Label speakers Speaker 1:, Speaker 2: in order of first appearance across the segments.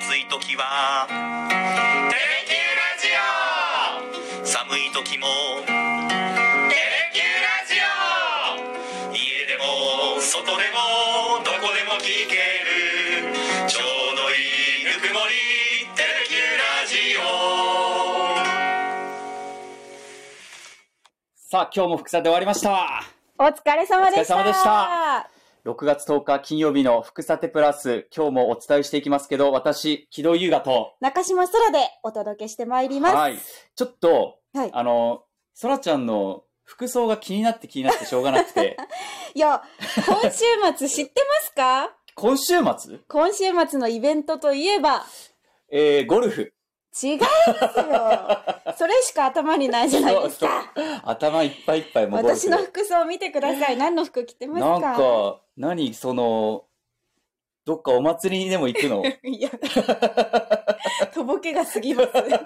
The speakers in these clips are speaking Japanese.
Speaker 1: 暑い時は「テレキューラジオ」寒い時も「テレキューラジオ」家でも外でもどこでも聞けるちょうどいいぬくもり「テレキューラジオ」
Speaker 2: さあ、今日も福さんで終わりました。
Speaker 3: お疲れ様でした。
Speaker 2: お疲れ様でした6月10日金曜日の福さてプラス、今日もお伝えしていきますけど、私、木戸優雅と、
Speaker 3: 中島空でお届けしてまいります。
Speaker 2: はい。ちょっと、
Speaker 3: はい
Speaker 2: あの、そらちゃんの服装が気になって気になってしょうがなく て、
Speaker 3: いや、今週末知ってますか
Speaker 2: 今週末、
Speaker 3: 今週末のイベントといえば、
Speaker 2: えー、ゴルフ。
Speaker 3: 違いま すよ。それしか頭にないじゃないですか。
Speaker 2: 頭いっぱいいっぱいもうゴルフ
Speaker 3: 私の服装見てください。何の服着てますか
Speaker 2: なんか、何その、どっかお祭りにでも行く の
Speaker 3: いや、とぼけが過ぎます。 タカガー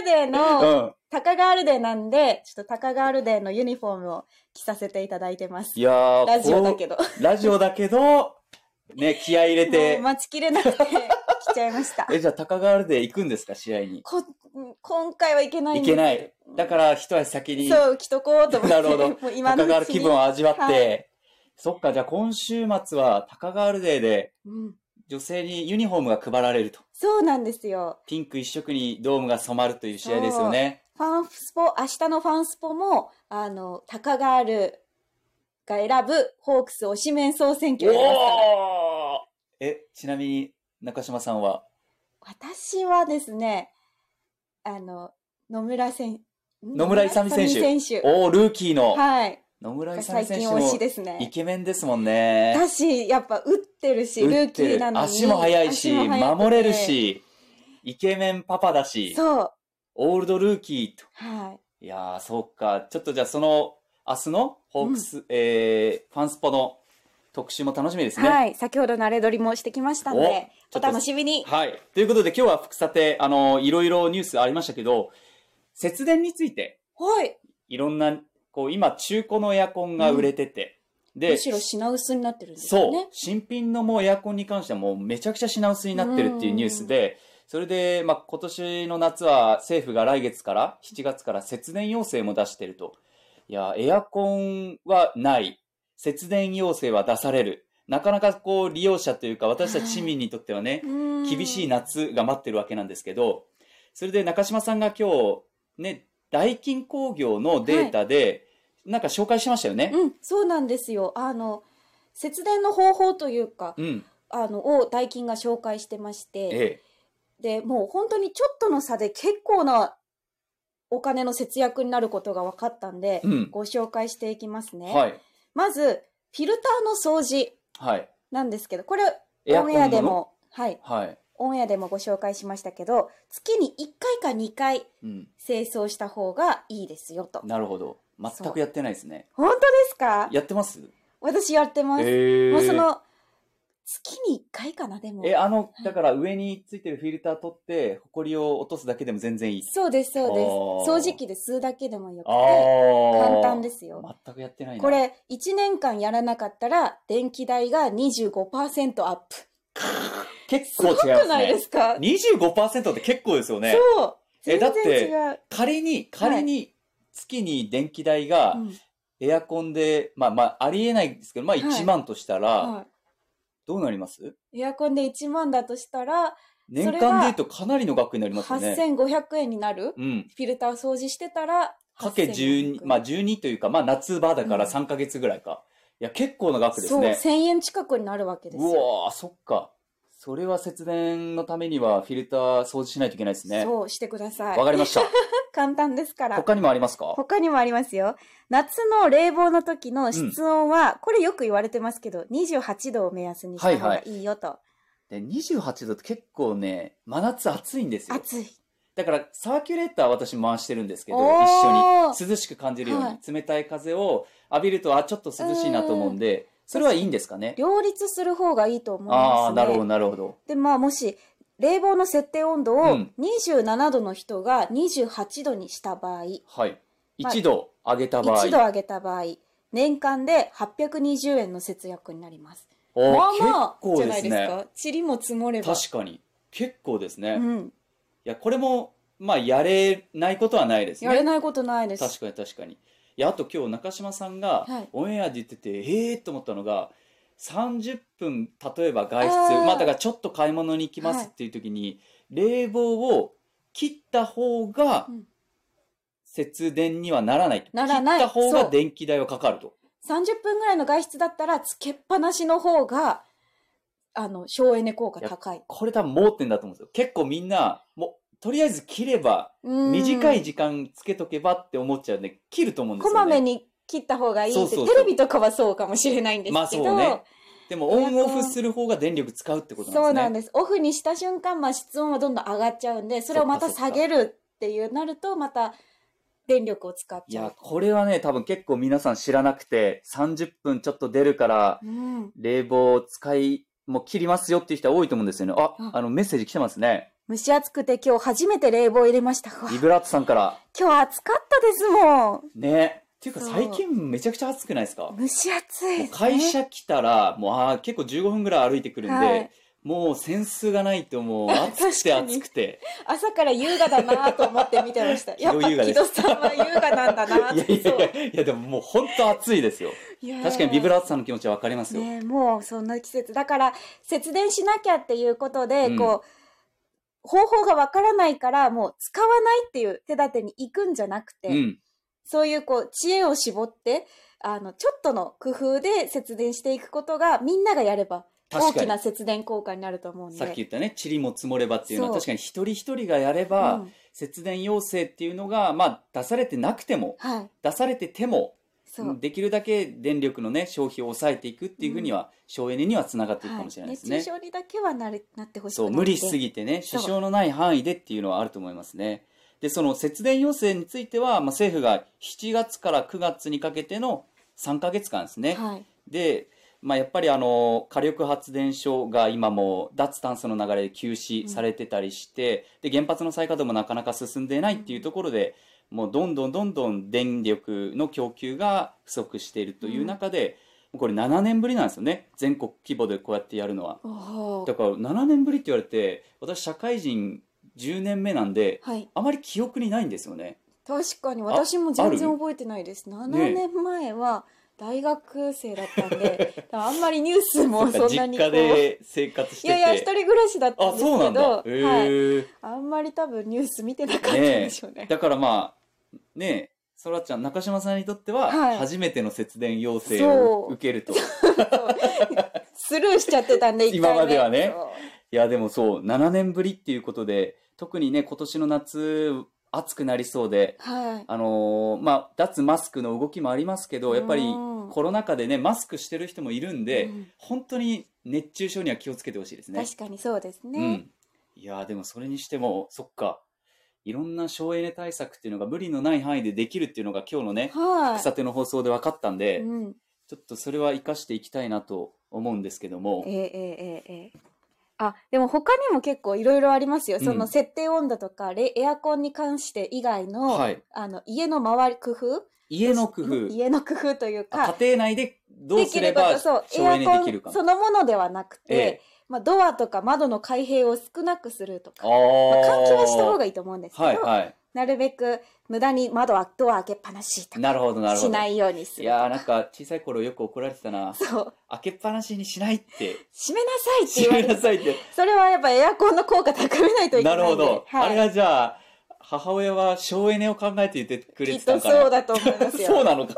Speaker 3: ルデーの、
Speaker 2: うん。
Speaker 3: タカガールデーなんで、ちょっとタカガールデーのユニフォームを着させていただいてます。
Speaker 2: いやー、
Speaker 3: ラジオだけ
Speaker 2: ど。
Speaker 3: ど。
Speaker 2: ラジオだけど、ね、気合い入れ
Speaker 3: も
Speaker 2: て
Speaker 3: う、待ちきれなくて来ちゃいました。
Speaker 2: え、じゃあ、高川で行くんですか、試合に。
Speaker 3: こ今回はいけな
Speaker 2: 行
Speaker 3: いんです
Speaker 2: けない。だから、一足先に、
Speaker 3: そう、着とこうと思って。
Speaker 2: なるほど
Speaker 3: もう今
Speaker 2: 高
Speaker 3: のうち
Speaker 2: 川気
Speaker 3: に
Speaker 2: 分を味わって、
Speaker 3: は
Speaker 2: そっか、じゃあ、今週末は、高川デーで、
Speaker 3: うん
Speaker 2: 女性にユニフォームが配られると。
Speaker 3: そうなんですよ。
Speaker 2: ピンク一色にドームが染まるという試合ですよね。
Speaker 3: ファンスポ、明日のファンスポも、あの、タカガールが選ぶホークス推しメン総選挙やりますか
Speaker 2: お
Speaker 3: ら。
Speaker 2: ーえ、ちなみに、中島さんは、
Speaker 3: 私はですね、あの、野村選
Speaker 2: 野村勇選手
Speaker 3: 野村勇選手
Speaker 2: おー、ルーキーの、
Speaker 3: はい。
Speaker 2: 野村
Speaker 3: が
Speaker 2: 勇
Speaker 3: 最
Speaker 2: 選
Speaker 3: 近
Speaker 2: 手
Speaker 3: 推
Speaker 2: も
Speaker 3: し、です
Speaker 2: イ
Speaker 3: ね。
Speaker 2: ケメンですもんね。
Speaker 3: だし、やっぱ打ってるし、ル
Speaker 2: 打っ
Speaker 3: ーキ
Speaker 2: て
Speaker 3: ー
Speaker 2: る
Speaker 3: なのに。
Speaker 2: 足も速いし、
Speaker 3: 足も速くて
Speaker 2: 守れる。し、イケメンパパだし。
Speaker 3: そう。
Speaker 2: オールドルーキーと。
Speaker 3: はい。
Speaker 2: いやー、そうか。ちょっとじゃあその、明日のホークス、えー、ファンスポの特集も楽しみですね。
Speaker 3: はい、先ほどのあれ撮りもしてきましたん
Speaker 2: お
Speaker 3: で、
Speaker 2: ちょ
Speaker 3: お
Speaker 2: っと
Speaker 3: 楽しみに。
Speaker 2: はい。ということで今日は福さて、あのーいろいろニュースありましたけど、節電について、
Speaker 3: はい。
Speaker 2: いろんな、こう、今、中古のエアコンが売れてて、で
Speaker 3: む、しろ品薄になってるんです
Speaker 2: そ
Speaker 3: よ
Speaker 2: う、
Speaker 3: ね。
Speaker 2: 新品のもうエアコンに関してはもうめちゃくちゃ品薄になってるっていうニュースで、それで、まあ、今年の夏は政府が来月から、7月から節電要請も出してると。いや、エアコンはない。節電要請は出される。なかなかこう利用者というか私たち市民にとってはね、厳しい
Speaker 3: な。
Speaker 2: 夏が待ってるわけなんですけど、それで中島さんが今日、ね、大金工業のデータで、なんか紹介しましたよね。
Speaker 3: うん、そうなんですよ。あの、節電の方法というか、
Speaker 2: うん。
Speaker 3: あの、を代金が紹介してまして、
Speaker 2: え
Speaker 3: で、もう本当にちょっとの差で結構なお金の節約になることが分かったんで
Speaker 2: え。う、ん。
Speaker 3: ご紹介していきますね。
Speaker 2: はい。
Speaker 3: まず、フィルターの掃除
Speaker 2: はい。
Speaker 3: なんですけど、これ、
Speaker 2: エア
Speaker 3: オ
Speaker 2: コ
Speaker 3: ン
Speaker 2: ン
Speaker 3: エアで
Speaker 2: の
Speaker 3: も、はい、
Speaker 2: はい。
Speaker 3: オンエアでもご紹介しましたけど、月に1回か2回
Speaker 2: うん。
Speaker 3: 清掃した方がいいですよと。
Speaker 2: なるほど。全くやってないですね。
Speaker 3: 本当ですか
Speaker 2: やってます
Speaker 3: 私やってます。
Speaker 2: え
Speaker 3: もうその、月に1回かな、でも。
Speaker 2: え、あの
Speaker 3: い、
Speaker 2: だから上についてるフィルター取って、埃を落とすだけでも全然いい。
Speaker 3: そうです、そう
Speaker 2: あー
Speaker 3: です。掃除機で吸うだけでもよく
Speaker 2: あ
Speaker 3: て、
Speaker 2: ー
Speaker 3: 簡単ですよ。
Speaker 2: 全くやってないな。
Speaker 3: こ。れ、1年間やらなかったら、電気代が25%アップ。
Speaker 2: 結
Speaker 3: す
Speaker 2: 構違いま
Speaker 3: ご
Speaker 2: す
Speaker 3: く
Speaker 2: ね。
Speaker 3: ないですか
Speaker 2: 25%って結構ですよね。
Speaker 3: そう。
Speaker 2: え
Speaker 3: 全
Speaker 2: だって
Speaker 3: 然違う。
Speaker 2: 仮に、仮に、月に電気代が
Speaker 3: うん
Speaker 2: エアコンで、まあまあ、ありえないですけど、まあ
Speaker 3: はい
Speaker 2: 1万としたら、
Speaker 3: は
Speaker 2: どうなります
Speaker 3: いエアコンで1万だとしたら、
Speaker 2: 年
Speaker 3: それ
Speaker 2: 間
Speaker 3: は
Speaker 2: で言うとかなりの額になりますよね。
Speaker 3: 8500円になる
Speaker 2: うん。
Speaker 3: フィルターを掃除してたら、
Speaker 2: かけ12、まあ12というか、まあ夏場だから
Speaker 3: うん
Speaker 2: 3ヶ月ぐらいか。いや、結構な額ですね。
Speaker 3: そう、1000円近くになるわけです
Speaker 2: う
Speaker 3: よ。
Speaker 2: わー、そっか。それは節電のためにはフィルター掃除しないといけないですね。
Speaker 3: そうしてください。
Speaker 2: わかりま した。
Speaker 3: 簡単ですから。
Speaker 2: 他にもありますか
Speaker 3: 他にもありますよ。夏の冷房の時の室温は、これよく言われてますけど、28度を目安にした方がいいよと。
Speaker 2: で ?28 度って結構ね、真夏暑いんですよ。
Speaker 3: 暑い。
Speaker 2: だからサーキュレーター私回してるんですけど、
Speaker 3: おー
Speaker 2: 一緒に涼しく感じるように、
Speaker 3: は
Speaker 2: 冷たい風を浴びると、あ、ちょっと涼しいなと思うんで、それはいいんですかね
Speaker 3: 両立する方がいいと思い
Speaker 2: あ
Speaker 3: ま
Speaker 2: あー、
Speaker 3: すね。
Speaker 2: なるほど、なるほど。
Speaker 3: で、まあもし、冷房の設定温度
Speaker 2: う
Speaker 3: を
Speaker 2: ん
Speaker 3: 27度の人が28度にした場合、
Speaker 2: はい。
Speaker 3: まあ
Speaker 2: 1度上げた場合。
Speaker 3: 1度上げた場合、年間で820円の節約になります。
Speaker 2: おー
Speaker 3: まあまあ、
Speaker 2: 結構
Speaker 3: じゃ
Speaker 2: で
Speaker 3: ない
Speaker 2: す
Speaker 3: です
Speaker 2: ね。
Speaker 3: か。塵も積もれば。
Speaker 2: 確かに。結構ですね。
Speaker 3: う
Speaker 2: い
Speaker 3: ん。
Speaker 2: や、これも、まあ、やれないことはないです
Speaker 3: やれ
Speaker 2: ね。
Speaker 3: ないことないです。
Speaker 2: 確かに確かに。いや、あと今日中島さんが
Speaker 3: はい、
Speaker 2: オンエアで言ってて、ええー、と思ったのが、30分、例えば外出、
Speaker 3: あー
Speaker 2: まあ、だからちょっと買い物に行きますっていう時に、冷房を切った方が
Speaker 3: うん、
Speaker 2: 節電にはならないと。
Speaker 3: ならない
Speaker 2: 切った方
Speaker 3: そ
Speaker 2: が
Speaker 3: う
Speaker 2: 電気代はかかると。
Speaker 3: 30分ぐらいの外出だったら、つけっぱなしの方が、あの、省エネ効果高い。
Speaker 2: これ多分盲点だと思うんですよ。結構みんな、もう、とりあえず切れば、
Speaker 3: うん
Speaker 2: 短い時間つけとけばって思っちゃうんで、切ると思うんです
Speaker 3: こ
Speaker 2: よ、ね。
Speaker 3: まめに切った方がいいって、
Speaker 2: そうそうそう
Speaker 3: テレビとかはそうかもしれないんですけど、
Speaker 2: まあそうねでも、オンオフする方が電力使うってことなんですね。
Speaker 3: そうなんです。オフにした瞬間、まあ、室温はどんどん上がっちゃうんで、それをまた
Speaker 2: そっかそっ
Speaker 3: 下
Speaker 2: か
Speaker 3: げるっていうなると、また電力を使っ
Speaker 2: い
Speaker 3: ちゃ
Speaker 2: や
Speaker 3: う、。
Speaker 2: これはね、多分結構皆さん知らなくて、30分ちょっと出るから、
Speaker 3: うん、
Speaker 2: 冷房を使い、もう切りますよっていう人は多いと思うんですよね。あ、
Speaker 3: あ
Speaker 2: あの、メッセージ来てますね。
Speaker 3: 蒸し暑くて今日初めて冷房入れました。うわ
Speaker 2: リブラットさんから。
Speaker 3: 今日暑かったですもん。
Speaker 2: ね。っていうか
Speaker 3: そう
Speaker 2: 最近めちゃくちゃ暑くないですか
Speaker 3: 蒸し暑いです、ね。
Speaker 2: 会社来たら、もうあー結構15分ぐらい歩いてくるんで、
Speaker 3: はい
Speaker 2: もうセンスがないともう暑くて
Speaker 3: 確かに
Speaker 2: 暑くて。
Speaker 3: 朝から優雅だなと思って見 てました。
Speaker 2: 木
Speaker 3: や
Speaker 2: 戸
Speaker 3: っぱ
Speaker 2: 優雅
Speaker 3: 木
Speaker 2: です
Speaker 3: 戸さんは優雅なんだなっ
Speaker 2: いや
Speaker 3: て。
Speaker 2: いやいや、いやでももう本当暑いですよ。
Speaker 3: そう
Speaker 2: 確かにビブ
Speaker 3: ラ
Speaker 2: ラートさんの気持ちはわかりますよ。
Speaker 3: ねえもうそんな季節。だから節電しなきゃっていうことで、
Speaker 2: うん
Speaker 3: こう、方法がわからないから、もう使わないっていう手立てに行くんじゃなくて、
Speaker 2: うん。
Speaker 3: そういうこう、知恵を絞って、あの、ちょっとの工夫で節電していくことが、みんながやれば、大
Speaker 2: 確か
Speaker 3: き
Speaker 2: に
Speaker 3: な。節電効果になると思うんで。
Speaker 2: さっき言ったね、塵も積もればっていうのは
Speaker 3: そう
Speaker 2: 確かに一人一人がやれ
Speaker 3: う
Speaker 2: ば、
Speaker 3: ん、
Speaker 2: 節電要請っていうのが、まあ、出されてなくても、
Speaker 3: はい。
Speaker 2: 出されてても、
Speaker 3: そう。
Speaker 2: できるだけ電力のね、消費を抑えていくっていうふうには、省エネにはつながっていくかもしれないですね。
Speaker 3: 熱中症にだけはなれなってほしく
Speaker 2: そう、無理しす
Speaker 3: ぎ
Speaker 2: ぎてね、
Speaker 3: そう
Speaker 2: 支障のない範囲でっていうのはあると思いますね。で、その節電要請については、まあ、政府が7月から9月にかけての3ヶ月間ですね。
Speaker 3: はい。
Speaker 2: で、まあ、やっぱりあの火力発電所が今も脱炭素の流れで休止されてたりして、で原発の再稼働もなかなか進んでいないっていうところで、もうどんどんどんどん電力の供給が不足しているという中で、もうこれ7年ぶりなんですよね全国規模でこうやってやるのは。
Speaker 3: お
Speaker 2: だ
Speaker 3: ー
Speaker 2: から7年ぶりって言われて私社会人10年目なんで
Speaker 3: はい。
Speaker 2: あまり記憶にないんですよね。
Speaker 3: 確かに私も全然
Speaker 2: ある
Speaker 3: 覚えてないです。7
Speaker 2: ねえ
Speaker 3: 年前は大学生だったんで、 多分あんまりニュース もそんなにこ
Speaker 2: 実
Speaker 3: う。
Speaker 2: 家で生活してて
Speaker 3: いやいや、一人暮らしだったん
Speaker 2: あ
Speaker 3: ですけ
Speaker 2: そうなんだ
Speaker 3: ど、
Speaker 2: へ
Speaker 3: はい、
Speaker 2: ー
Speaker 3: あんまり多分ニュース見てなかったん
Speaker 2: ね
Speaker 3: でしょうね。
Speaker 2: だからまあねえそらちゃん中島さんにとっては
Speaker 3: はい
Speaker 2: 初めての節電要請
Speaker 3: そ
Speaker 2: を
Speaker 3: う
Speaker 2: 受けると、
Speaker 3: スルーしちゃってたんで、一
Speaker 2: 今
Speaker 3: 回目
Speaker 2: まではね
Speaker 3: そう
Speaker 2: いやでもそう7年ぶりっていうことで特にね今年の夏暑くなりそうで
Speaker 3: はい。
Speaker 2: あのーまあ脱マスクの動きもありますけどやっぱり
Speaker 3: うん
Speaker 2: コロナ禍でねマスクしてる人もいるんで、
Speaker 3: うん
Speaker 2: 本当に熱中症には気をつけてほしいですね
Speaker 3: 確かにそうです
Speaker 2: う
Speaker 3: ね。
Speaker 2: ん、いやーでもそれにしてもそっかいろんな省エネ対策っていうのが無理のない範囲でできるっていうのが今日のね
Speaker 3: は
Speaker 2: 草手の放送で分かったん
Speaker 3: い。
Speaker 2: で、
Speaker 3: うん。
Speaker 2: ちょっとそれは生かしていきたいなと思うんですけども
Speaker 3: え、えええええあ、でも他にも結構いろいろありますよ。
Speaker 2: うん
Speaker 3: その設定温度とか、レエアコンに関して以外の、
Speaker 2: はい、
Speaker 3: あの、家の周り工夫
Speaker 2: 家の工夫
Speaker 3: 家の工夫という
Speaker 2: あ
Speaker 3: か、
Speaker 2: 家庭内でどうすれば
Speaker 3: そう
Speaker 2: 省、
Speaker 3: エア
Speaker 2: エネできるか
Speaker 3: コンそのものではなくて、
Speaker 2: ええ
Speaker 3: まあ、ドアとか窓の開閉を少なくすると
Speaker 2: あ
Speaker 3: か、まあ、
Speaker 2: ー
Speaker 3: 換気はした方がいいと思うんですけど、
Speaker 2: はいは
Speaker 3: なるべく無駄に窓はドア開けっぱなし
Speaker 2: い
Speaker 3: とか
Speaker 2: なるほどなるほど
Speaker 3: しないようにす
Speaker 2: い
Speaker 3: る。
Speaker 2: やーなんか小さい頃よく怒られてたな
Speaker 3: そう。
Speaker 2: 開けっぱなしにしないって
Speaker 3: 閉めなさいって
Speaker 2: 閉
Speaker 3: 言わ
Speaker 2: め
Speaker 3: れ
Speaker 2: な
Speaker 3: て、
Speaker 2: さいって
Speaker 3: それはやっぱエアコンの効果高めないといけな
Speaker 2: ない
Speaker 3: んで。
Speaker 2: るほど、
Speaker 3: はい、
Speaker 2: あれはじゃあ母親は省エネを考えて言ってく
Speaker 3: き
Speaker 2: れ
Speaker 3: って
Speaker 2: た
Speaker 3: と
Speaker 2: のかな
Speaker 3: そうだと思いますよ。
Speaker 2: そうなのか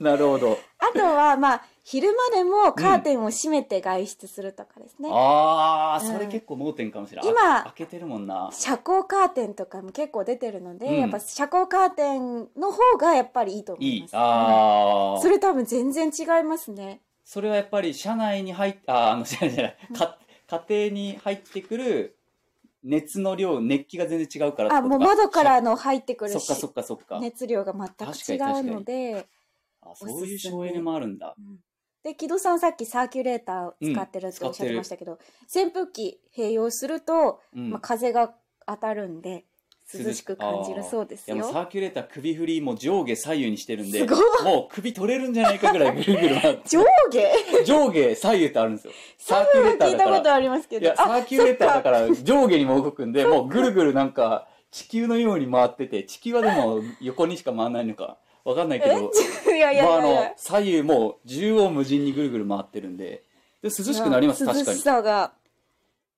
Speaker 2: ななるほど、
Speaker 3: あとは、まあ、昼間でもカーテンを閉めて外出するとかですね。
Speaker 2: ああ
Speaker 3: うん
Speaker 2: それ結構盲点かもしれない、
Speaker 3: 今
Speaker 2: あ開けてるもんな
Speaker 3: 遮光カーテンとかも結構出てるので、
Speaker 2: うん
Speaker 3: やっぱ遮光カーテンの方がやっぱりいいと思
Speaker 2: い
Speaker 3: い
Speaker 2: い
Speaker 3: ます。
Speaker 2: ああ
Speaker 3: それ多分全然違いますね。
Speaker 2: それはやっぱり車内に入っあーあの じゃじゃか家庭に入ってくる熱の量熱気が全然違うから
Speaker 3: あ、
Speaker 2: ってこ
Speaker 3: もう
Speaker 2: とか
Speaker 3: 窓からの入ってく
Speaker 2: そ
Speaker 3: る
Speaker 2: っか
Speaker 3: し
Speaker 2: そっかそっか、
Speaker 3: 熱量が全く違うので、
Speaker 2: あそういう省エネもあるんだ
Speaker 3: うんで、木戸さんさっきサーキュレーターを使ってるっておっしゃってましたけど、扇風機併用すると、
Speaker 2: うん、
Speaker 3: まあ、風が当たるんで、涼しく感じるそうです
Speaker 2: いやもう
Speaker 3: よ。
Speaker 2: サーキュレーター首振りも上下左右にしてるんです
Speaker 3: ごい
Speaker 2: もう首取れるんじゃないかぐらいぐるぐる回って
Speaker 3: 上 下
Speaker 2: 上下左右ってあるんですよ
Speaker 3: 左右は聞いたことありますけ
Speaker 2: い
Speaker 3: ど。
Speaker 2: やサーキュレーターだ
Speaker 3: か
Speaker 2: から上下にも動くんでもうぐるぐるなんか地球のように回ってて地球はでも横にしか回らないのかわかんないけど
Speaker 3: ら。いやいやい
Speaker 2: まああ
Speaker 3: やい
Speaker 2: の
Speaker 3: や。
Speaker 2: 左右もう縦横無尽にぐるぐる回ってるんでで涼しくなります確
Speaker 3: 涼
Speaker 2: かに
Speaker 3: しさが。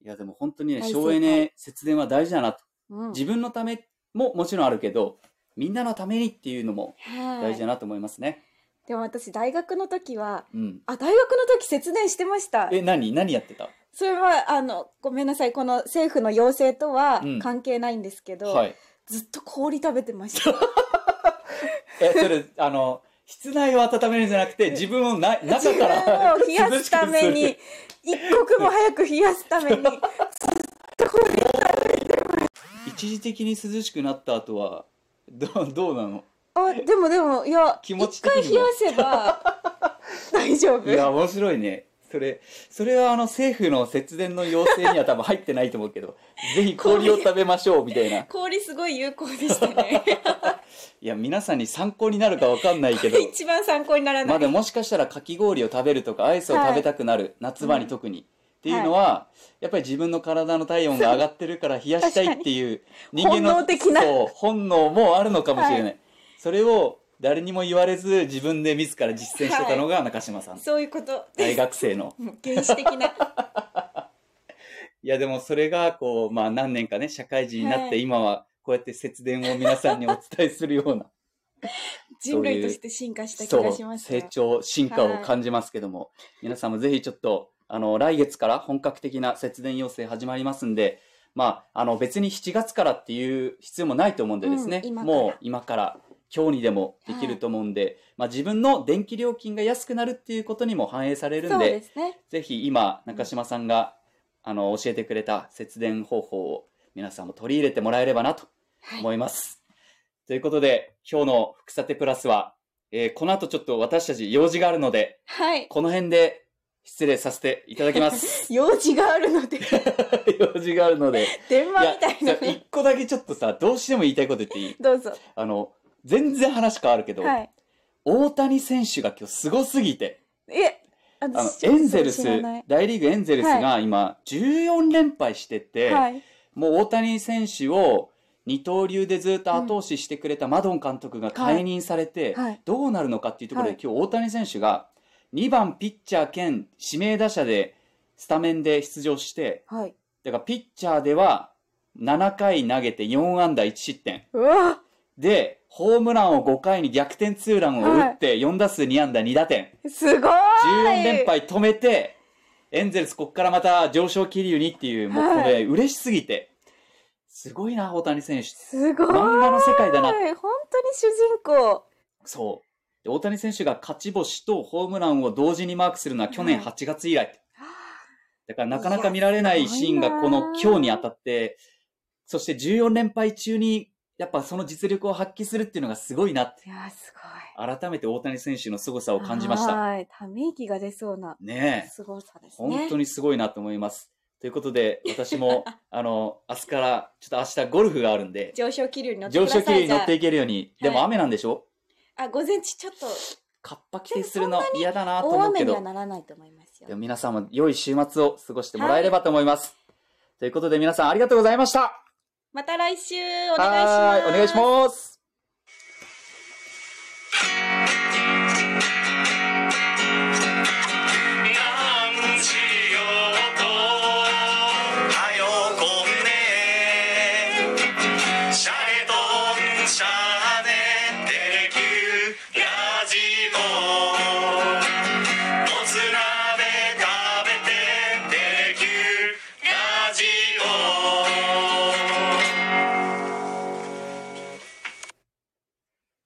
Speaker 2: いやでも本当にね
Speaker 3: 大正解
Speaker 2: 省エネ節電は大事だなと
Speaker 3: うん
Speaker 2: 自分のためももちろんあるけどみんなのためにっていうのも
Speaker 3: は
Speaker 2: 大事だ
Speaker 3: い。
Speaker 2: なと思いますね、
Speaker 3: でも私大学の時は、
Speaker 2: うん
Speaker 3: あ、大学の時節電してました。
Speaker 2: え何何やってた
Speaker 3: それは、あの、ごめんなさい。この政府の要請とは
Speaker 2: うん
Speaker 3: 関係ないんですけど、
Speaker 2: はい
Speaker 3: ずっと氷食べて ました。
Speaker 2: えそれあの室内を温めるんじゃなくて自分をな中
Speaker 3: 自
Speaker 2: か
Speaker 3: 分
Speaker 2: ら
Speaker 3: を冷やすため
Speaker 2: 涼し
Speaker 3: に
Speaker 2: く、
Speaker 3: 一刻も早く冷やす ために、ずっと氷
Speaker 2: する一時的に涼しくなった後はどうどうなの
Speaker 3: あ、でもでも、いや、
Speaker 2: 気持ち
Speaker 3: 一
Speaker 2: 的
Speaker 3: 回
Speaker 2: に
Speaker 3: 冷
Speaker 2: も
Speaker 3: やせば 大丈夫。
Speaker 2: いや面白いねそれそれはあの政府の節電の要請には多分入ってないと思うけどぜひ氷を食べましょうみたいない
Speaker 3: 氷すごい有効でしたね。
Speaker 2: や皆さんに参考になるかわかんないけど
Speaker 3: 一番参考にならな
Speaker 2: まあ
Speaker 3: い。
Speaker 2: でももしかしたらかき氷を食べるとかアイスを食べたくなる、夏場に特に、っていうのは、やっぱり自分の体の体温が上がってるから冷やしたいっていう人間の
Speaker 3: 本能的な
Speaker 2: そう本能もあるのかもしれない、それを誰にも言われず自分で自ら実践してたのが中島さん、
Speaker 3: そういうこと
Speaker 2: 大
Speaker 3: です。
Speaker 2: 学生の
Speaker 3: うん原始 的な。
Speaker 2: いやでもそれがこうまあ何年かね社会人になっ
Speaker 3: は
Speaker 2: て
Speaker 3: い
Speaker 2: 今はこうやって節電を皆さんにお伝えするような
Speaker 3: 人類として進化した気
Speaker 2: そ
Speaker 3: がし
Speaker 2: う
Speaker 3: ますよ
Speaker 2: 成長進化を感じますけども、皆さんもぜひちょっとあの来月から本格的な節電要請始まりますんで、まあ、あの別に7月からっていう必要もないと思うんでですね、
Speaker 3: うん今から
Speaker 2: もう今から今日にでもできると思うんで、まあ、自分の電気料金が安くなるっていうことにも反映されるん
Speaker 3: そう
Speaker 2: で
Speaker 3: ですね。
Speaker 2: ぜひ今中島さんが、あの教えてくれた節電方法を皆さんも取り入れてもらえればなと
Speaker 3: はい
Speaker 2: 思います。ということで、今日の福さてプラスは、えーこの後ちょっと私たち用事があるので、
Speaker 3: はい。
Speaker 2: この辺で失礼させていただき ます。
Speaker 3: 用事があるの で、
Speaker 2: 用事があるので。
Speaker 3: 電
Speaker 2: い
Speaker 3: 話
Speaker 2: や
Speaker 3: みたいな
Speaker 2: さ
Speaker 3: ね。
Speaker 2: 一個だけちょっとさ、どうしても言いたいこと言っていい
Speaker 3: どうぞ。
Speaker 2: あの、全然話変わるけど、
Speaker 3: はい。
Speaker 2: 大谷選手が今日すごすぎて、
Speaker 3: え、あ
Speaker 2: あの
Speaker 3: の、、
Speaker 2: エンゼルス
Speaker 3: 知らない、
Speaker 2: 大リーグエンゼルスが今、14連敗してて、
Speaker 3: はい。
Speaker 2: もう大谷選手を二刀流でずっと後押ししてくれたマドン監督が解任されて、
Speaker 3: はいはい
Speaker 2: どうなるのかっていうところで、
Speaker 3: はい
Speaker 2: 今日大谷選手が2番ピッチャー兼指名打者でスタメンで出場して、
Speaker 3: はい。
Speaker 2: だからピッチャーでは7回投げて4安打1失点。
Speaker 3: うわ
Speaker 2: で、ホームランを5回に逆転ツーランを打って4打数2安打2打点。
Speaker 3: すごい
Speaker 2: 14連敗止めて、エンゼルスここからまた上昇気流にっていう、もうこ
Speaker 3: は
Speaker 2: れ嬉しすぎて、すごいな、大谷選手。
Speaker 3: すごい
Speaker 2: 漫画の世界だな。
Speaker 3: 本当に主人公。
Speaker 2: そう。で大谷選手が勝ち星とホームランを同時にマークするのは去年
Speaker 3: はい
Speaker 2: 8月以来。
Speaker 3: はあ
Speaker 2: だからなかなか見られないシーンが
Speaker 3: いや
Speaker 2: この今日に当たって、そして14連敗中に、やっぱその実力を発揮するっていうのがすごいなって。
Speaker 3: いや、すごい。
Speaker 2: 改めて大谷選手の凄さを感じました。
Speaker 3: はい。ため息が出そうな
Speaker 2: ねえ。
Speaker 3: すごさですね。
Speaker 2: 本当にすごいなと思います。ということで、私 も、あの、明日から、ちょっと明日ゴルフがあるんで、
Speaker 3: 上昇気流に乗ってく
Speaker 2: 上
Speaker 3: ださ
Speaker 2: 昇
Speaker 3: い。
Speaker 2: 気流に乗って
Speaker 3: じ
Speaker 2: いけるように、
Speaker 3: じゃ
Speaker 2: で
Speaker 3: あ
Speaker 2: も雨なんでしょ
Speaker 3: ゃあ、あ午前中ちょっ
Speaker 2: カッパ規定するの嫌だな
Speaker 3: と
Speaker 2: と
Speaker 3: 大
Speaker 2: 思う
Speaker 3: 雨
Speaker 2: け
Speaker 3: には
Speaker 2: ど、
Speaker 3: ならないと思います
Speaker 2: で
Speaker 3: よ
Speaker 2: も。皆さんも良い週末を過ごしてもらえればと思います。ということで皆さんありがとうございました。
Speaker 3: また来週お
Speaker 2: お
Speaker 3: 願いします。
Speaker 2: お願いします。
Speaker 1: 「